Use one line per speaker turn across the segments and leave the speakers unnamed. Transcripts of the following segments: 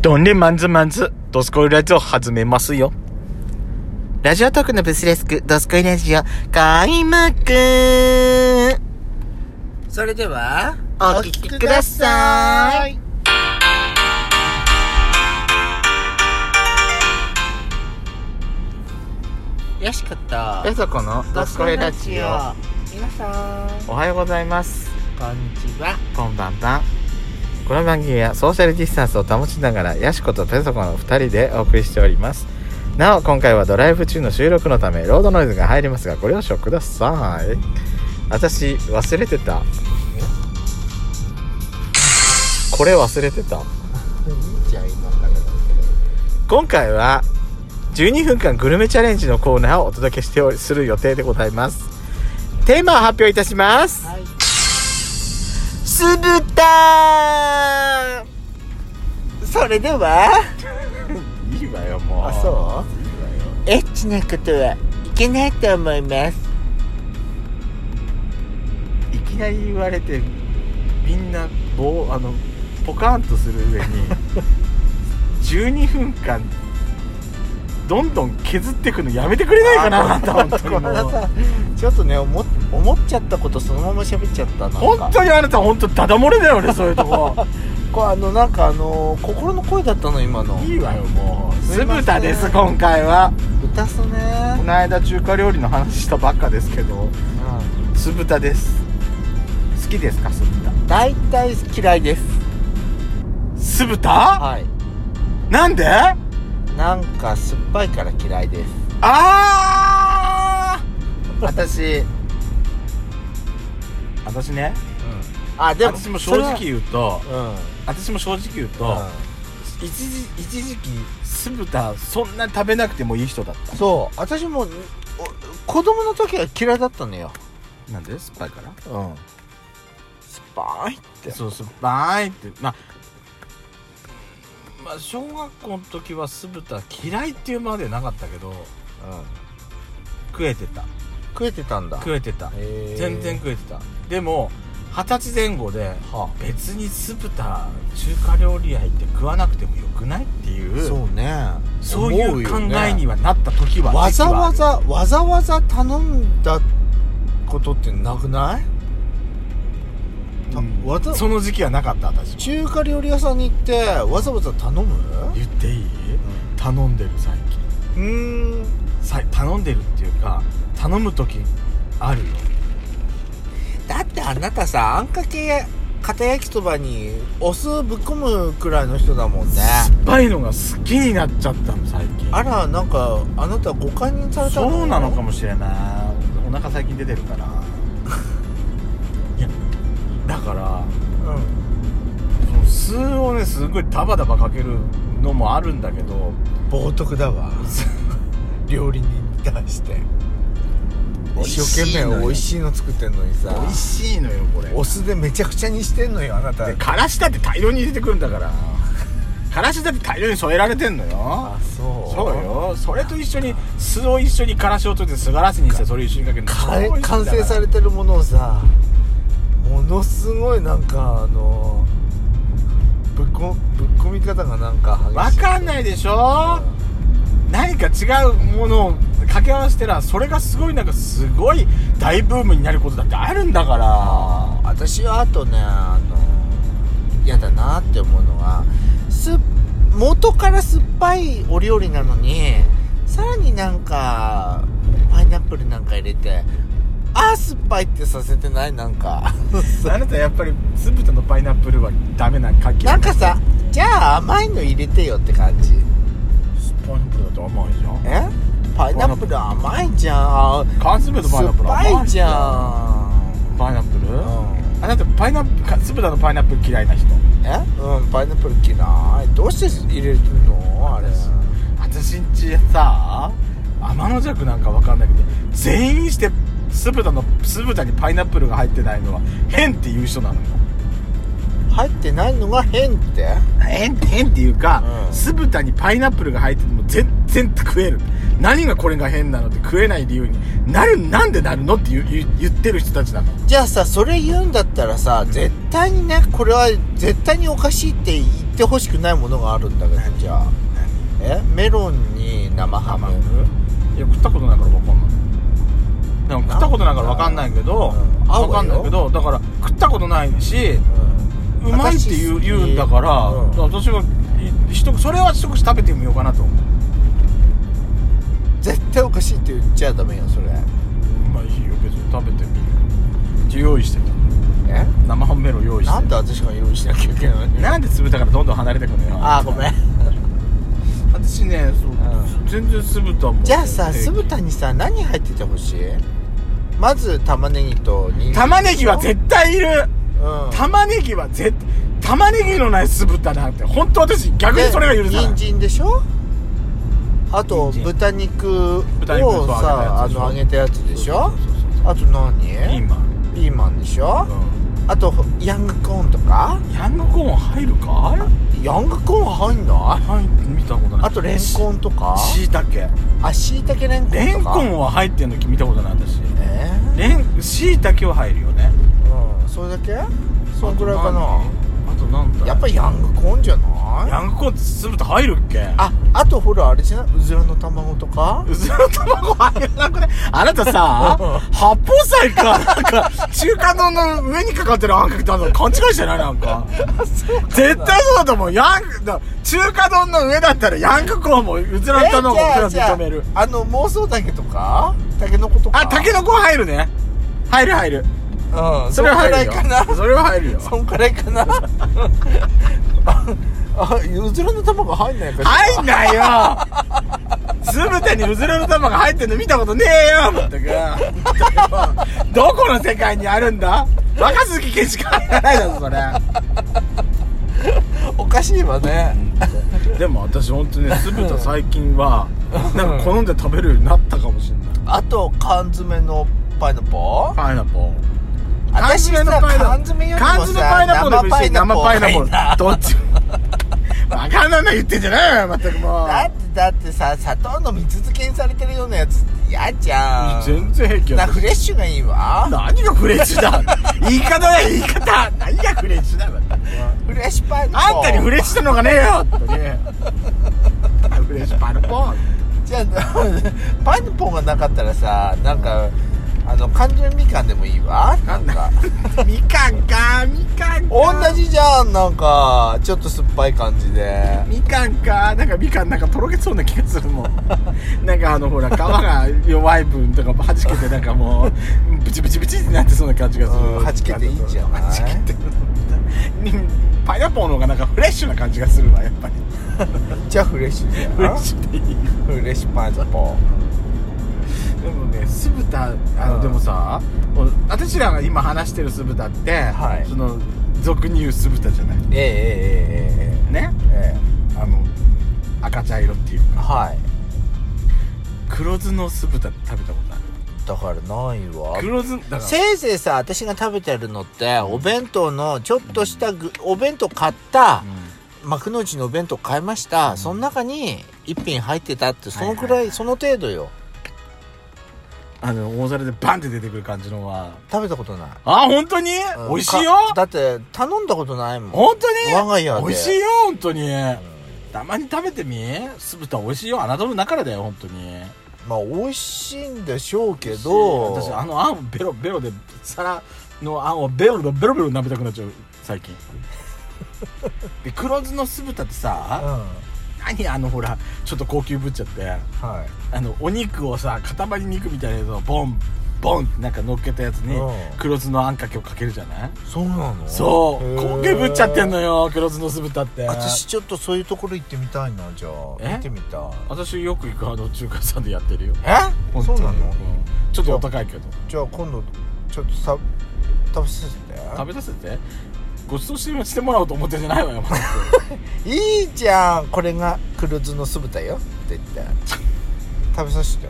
どんでマンズマンズ、ドスコイラジオ始めますよ。
ラジオトークのブスレスク、ドスコイラジオ、開幕それでは、お聞きください。よしかった。
そこの
ドスコイラジオ。。皆さん、
おはようございます。
こんにちは。
こんばんばん。この番組はソーシャルディスタンスを保ちながら、ヤシコとペソコの2人でお送りしております。なお、今回はドライブ中の収録のため、ロードノイズが入りますが、ご了承ください。私、忘れてた。これ忘れてた。
じゃあ今からだ
今回は12分間グルメチャレンジのコーナーをお届けしておりする予定でございますテーマを発表いたします
はい。
酢豚
それでは、
いいわよもう
あそうエッチなことはいけないと思います。
いきなり言われてみんなぼうあのポカーンとする上 に12分間どんどん削っていくのやめてくれないかなあんた本当に
ごめんな
もう
さいちょっとね思っ思っちゃったことそのまま喋っちゃったなんか
本当にあなた本当ダダ漏れだよねそういうとこ
こうあのなんかあのー心の声だったの今の
いいわよもう
す
酢
いません
豚です今回は
歌す
こ
ね
の間中華料理の話したばっかですけど酢豚です好きですか酢豚
大体、嫌いです
酢豚、
はい
なんで
なんか酸っぱいから嫌いです
あー私私ね
あでも
私も正直
う
言うと
うん
私も正直言うと、
う
一時一時期酢豚そんな食べなくてもいい人だっ
ん、そう私もお子供の時は嫌いだったのよ
たなんで酸っぱいから
うん酸っぱいって
そう酸っぱいってまあまあ小学校の時は酢豚嫌いっていうまでなかったけど
うん、
食えてた
食えてたんだ
食えてた
へー
全然食えてたでも二十歳前後で
は
別に酢豚中華料理屋行って食わなくてもよくないっていう
そうね
そういう考
思うよね
えにはなった時は
わざわ
時は
ざわざわざ頼んだことってなくない
あるうん
わざ
その時期はなかった私も
中華料理屋さんに行ってわざわざ頼む
言っていい頼んでる最近
うーん
さ頼んでるっていうか頼む時あるよ
だってあなたさあんかけ片焼きそばにお酢ぶっ込むくらいの人だもんね
酸っぱいのが好きになっちゃったの最近
あらなんかあなた誤解にされた
そうなのかもしれないお腹最近出てる からいやだから
うん
その酢をねすごいダバダバかけるのもあるんだけど
冒涜だわ 料理人に対して一生懸命美味
い
しいの作ってんのにさ
美味しいのよこれ
お酢でめちゃくちゃにしてんのよあなた
でからしだって大量に入れてくるんだからからしだって大量に添えられてんのよ
そ
そうよそれと一緒に酢を一緒にからしをといてすがらしにしてそれ一緒にかけるの
か
超美味しいんだ
完成されてるものをさものすごいなんかあのぶっこぶっ込み方がなんか
わ
激しい
かんないでしょ何か違うものを掛け合わせたらそれがすごいなんかすごい大ブームになることだってあるんだから
私はあとねあの嫌だなって思うのはす元から酸っぱいお料理なのにさらになんかパイナップルなんか入れてあー酸っぱいってさせてないなんか
あなたやっぱり酢豚のパイナップルはダメなかき
なんかさじゃあ甘いの入れてよって感じ
パイナップルだと甘いじゃん
えパイナップル甘いじゃん
缶詰のパイ
酸
ナ
っ
ップル甘い
ぱいじゃん
パイナップル、
うん
あなたパイナップルか酢豚のパイナップル嫌いな人
えうんパイナップル嫌いどうして入れるのあれ
私んちさ天の弱なんかわかんないけど全員して酢豚の酢豚にパイナップルが入ってないのは変っていう人なのよ
入ってないのが変って
変変っていうか、
うん
酢豚にパイナップルが入ってても全然食える何がこれが変なのって食えない理由になるなんでなるのって言う言う言ってる人たちなの
じゃあさそれ言うんだったらさ絶対にねこれは絶対におかしいって言っってほしくないものがあるんだけど
何
じゃあえメロンに生ハム
いや食ったことないから分かんないでも食ったことないから分かんないけど
うん合う
分か
わ
ん
よ
ないけどだから食ったことないし
うん
うまいって言う
私
言うんだから、
うん
私は一口それは一口食べてみようかなと思う
絶対おかしいって言っちゃダメよそれ
まあいいよ別に食べてみる一応用意してた
え
生ハムメロン用意して
な
た
んで私が用意しなきゃいけないの
なんで粒だからどんどん離れてくのよ
ああごめん
私ねそう、
う
全然粒とはもう
じゃあさ
平気
酢豚にさ何入っててほしいまず玉ねぎとにんにく
玉ねぎは絶対いる
うん
玉ねぎは絶対玉ねぎのない酢豚なんて本当私逆にそれが許さない
人参でしょあと
人参
豚肉を
豚肉そう
さあの揚
揚
げ
げ
たやつでしょ
そうそうそうそう
あと何
ピーマン、
ピーマンでしょあとヤングコーンとか
ヤングコーン入るか
ヤングコーン入んない
はい見たことない
あとレンコンとか
しいたけ
あしいたけレンコンとか
レンコンは入ってんの見たことない私
え
レンしいたけは入るよね
ーうんそれだけそんくらいかな
あとなんだ
やっぱヤングコーンじゃ
ヤ
ない
ングコーンって酢豚入るっけ
ああとほらあれじゃないうずらの卵とか
うずら卵入らなくないあなた さ
うん
八宝菜かなんか中華丼の上にかかってるあんかけたの勘違いしてないなんか絶対そうだと思うヤングだ中華丼の上だったらヤングコーンもうずらの卵
えー
い
じ
く
ゃあ
ら認める
じゃああの妄想竹とかタケノコとか
あタケノコ入るね入る入る
うん
それは入るよ
そんくらいかな
それは入るよ
そんくらい かなあ あうずらの卵入んないかしら
入んないよ酢豚にうずらの卵入ってんの見たことねえよまったくどこの世界にあるんだ若杉健しか入らないだぞそれ
おかしいわね
でも私本当にね酢豚最近はなんか好んで食べるようになったかもしれない
あと缶詰のパイナポー
パイナポー
私さ缶詰よりもさ
缶詰パイナポーでもいいし生パイナポーどっちも バカなの言ってんじゃないよまったくもう
だってだってさ砂糖の蜜漬けにされてるようなやつって嫌じゃん
全然平気
な
や
フレッシュがいいわ
何がフレッシュだ言い方だよ言い方何がフレッシュだまったく
フレッシュパイナ
あ
ポー
んたにフレッシュしたのがねえよ本当にフレッシュパルポン
じゃあパイナポーがなかったらさなんかあの缶詰みかんでもいいわなんか
みかんかみかんか
同じじゃんなんかちょっと酸っぱい感じで
みかんかなんかみかんなんかとろけそうな気がするもんなんかあのほら皮が弱い分とかはじけてなんかもうブチブチブチってなってそうな感じがす
う
る
んはじけていいんじゃない
はじけて うんパイナップルの方がなんかフレッシュな感じがするわやっぱり
じゃあフレッシュだよ
フレッシュでいい
フレッシュパイナポ
でもね酢豚あ
う
の
ん
でもさもう私らが今話してる酢豚って、
はい
その俗に言う酢豚じゃない
ーえ
ね
ええええええ
あの赤茶色っていう
え
か
はい
黒酢の酢豚食べたことあ
だからないわ
る黒酢だから
せいぜいさ私が食べてるのってお弁当のちょっとしたぐお弁当買った
うん
幕の内のお弁当買いました、その中に一品入ってたってそのくらい、
はいはい
その程度よ
あの大皿でバンって出てくる感じのは
食べたことない
あ本当に、
うん
美味しいよ
かだって頼んだことないもん
本当に
我が家で
美味しいよ本当に、たまに食べてみ酢豚美味しいよ侮るなからだよ本当に
まあ美味しいんでしょうけど
私あのあんをベロベロで皿のあんをベロベロベロベロ舐めたくなっちゃう最近で黒酢の酢豚って
うん
さ、何あのほらちょっと高級ぶっちゃって
はい
あのお肉をさ塊肉みたいなやつをボンボンってなんか乗っけたやつに
うん
黒酢のあんかけをかけるじゃない
そうなの
そう高級ぶっちゃってんの
よ
よ黒酢の酢豚って
私ちょっとそういうところ行ってみたいなじゃあ
え
見てみたい
私よく行くあの中華屋さんでやってるよ
え
本
そ
当
う
に
なの
うんちょっとお高いけど
じゃあ今度ちょっとさ食べさせて
食べさせてごちそうしてしてもらおうと思ってんじゃないわよ
いいじゃんこれが黒酢の酢豚よって言って食べさせて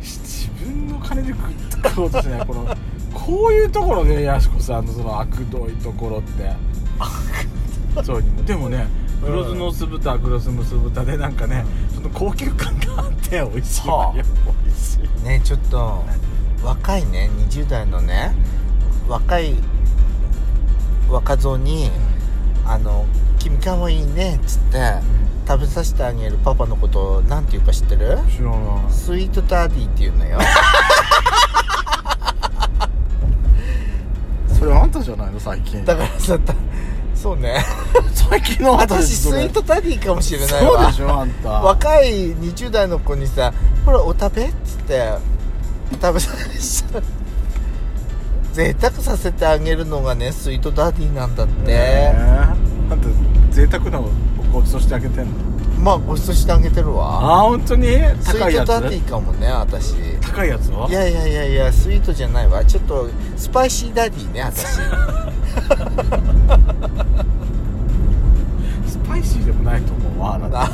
自分の金で食って食おうとしないこのこういうところでやしこさんのその悪どいところってそうでもね
うん
黒酢の酢豚は黒酢の酢豚でなんかねその高級感があって美味しい
は
わ
あ
よ美味しい
ねちょっと若いね20代のね若い若造にあの「君かわいいね」っつって食べさせてあげるパパのことなんて言うか知ってる
知らない
スイートダーディーって言うのよ
それあんたじゃないの最近
だからさたそう ね
最近の
私スイートダディーかもしれないわ
そうでしょあんた
若い20代の子にさ「ほらお食べ」っつって食べさせた贅沢させてあげるのがねスイートダディなんだって、
ねあんた贅沢なごちそうしてあげてんの
まあご馳走してあげてるわ
ああ本当に
スイ
高い
ー
や
トダデ
つ
ィかもね私い
高いやつは
やいやいやいやスイートじゃないわちょっとスパイシーダディ ね私
スパイシーでもないと思うわあなた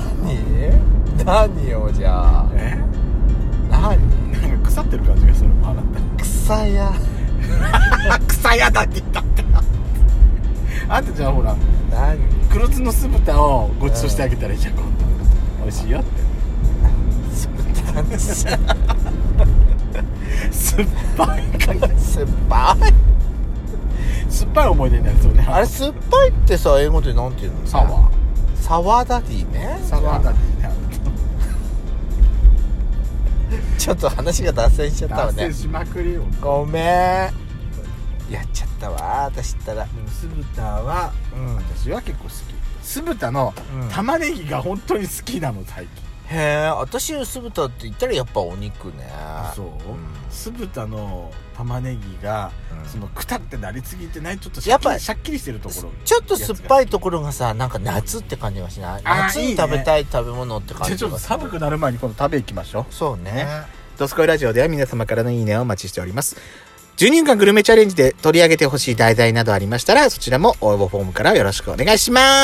何何よじゃあ
え
何
なんか腐ってる感じがするもんあな
草や
た 草屋だって言ったってあんたじゃあほら
何
黒酢の酢豚をごちそうしてあげたらいいじゃん今度美味しいよって
酢豚のさ
酸っぱい感じ
酸っぱい
酸っぱい思い出になりそうね
あれ酸っぱいってさ英語でなんて言うの
サワー
サワーダディね
サワーだって言った
ちょっと話が脱線しちゃったわ
脱
ね
線しまくりよ
ごめんやっちゃったわ私ったら
でも酢豚は
うん
私は結構好き酢豚の
うん
玉ねぎが本当に好きなの最近、
へえ私酢豚って言ったらやっぱお肉ね
そう、
ん
酢豚の玉ねぎが、
うん
そのくたってなりすぎてないちょっと
や
シャッ
っ
キ
ぱ
リシャッキリしてるところ
ちょっと酸っぱ
い
いところがさなんか夏って感じがしない
あー
夏
いい
に
ね
食べたい食べ物って感
じゃ
じ
あちょっと
が
寒くなる前に今度食べ行きましょう
そうね
ドスコイラジオでは皆様からのいいねをお待ちしております12分間グルメチャレンジで取り上げてほしい題材などありましたらそちらも応募フォームからよろしくお願いします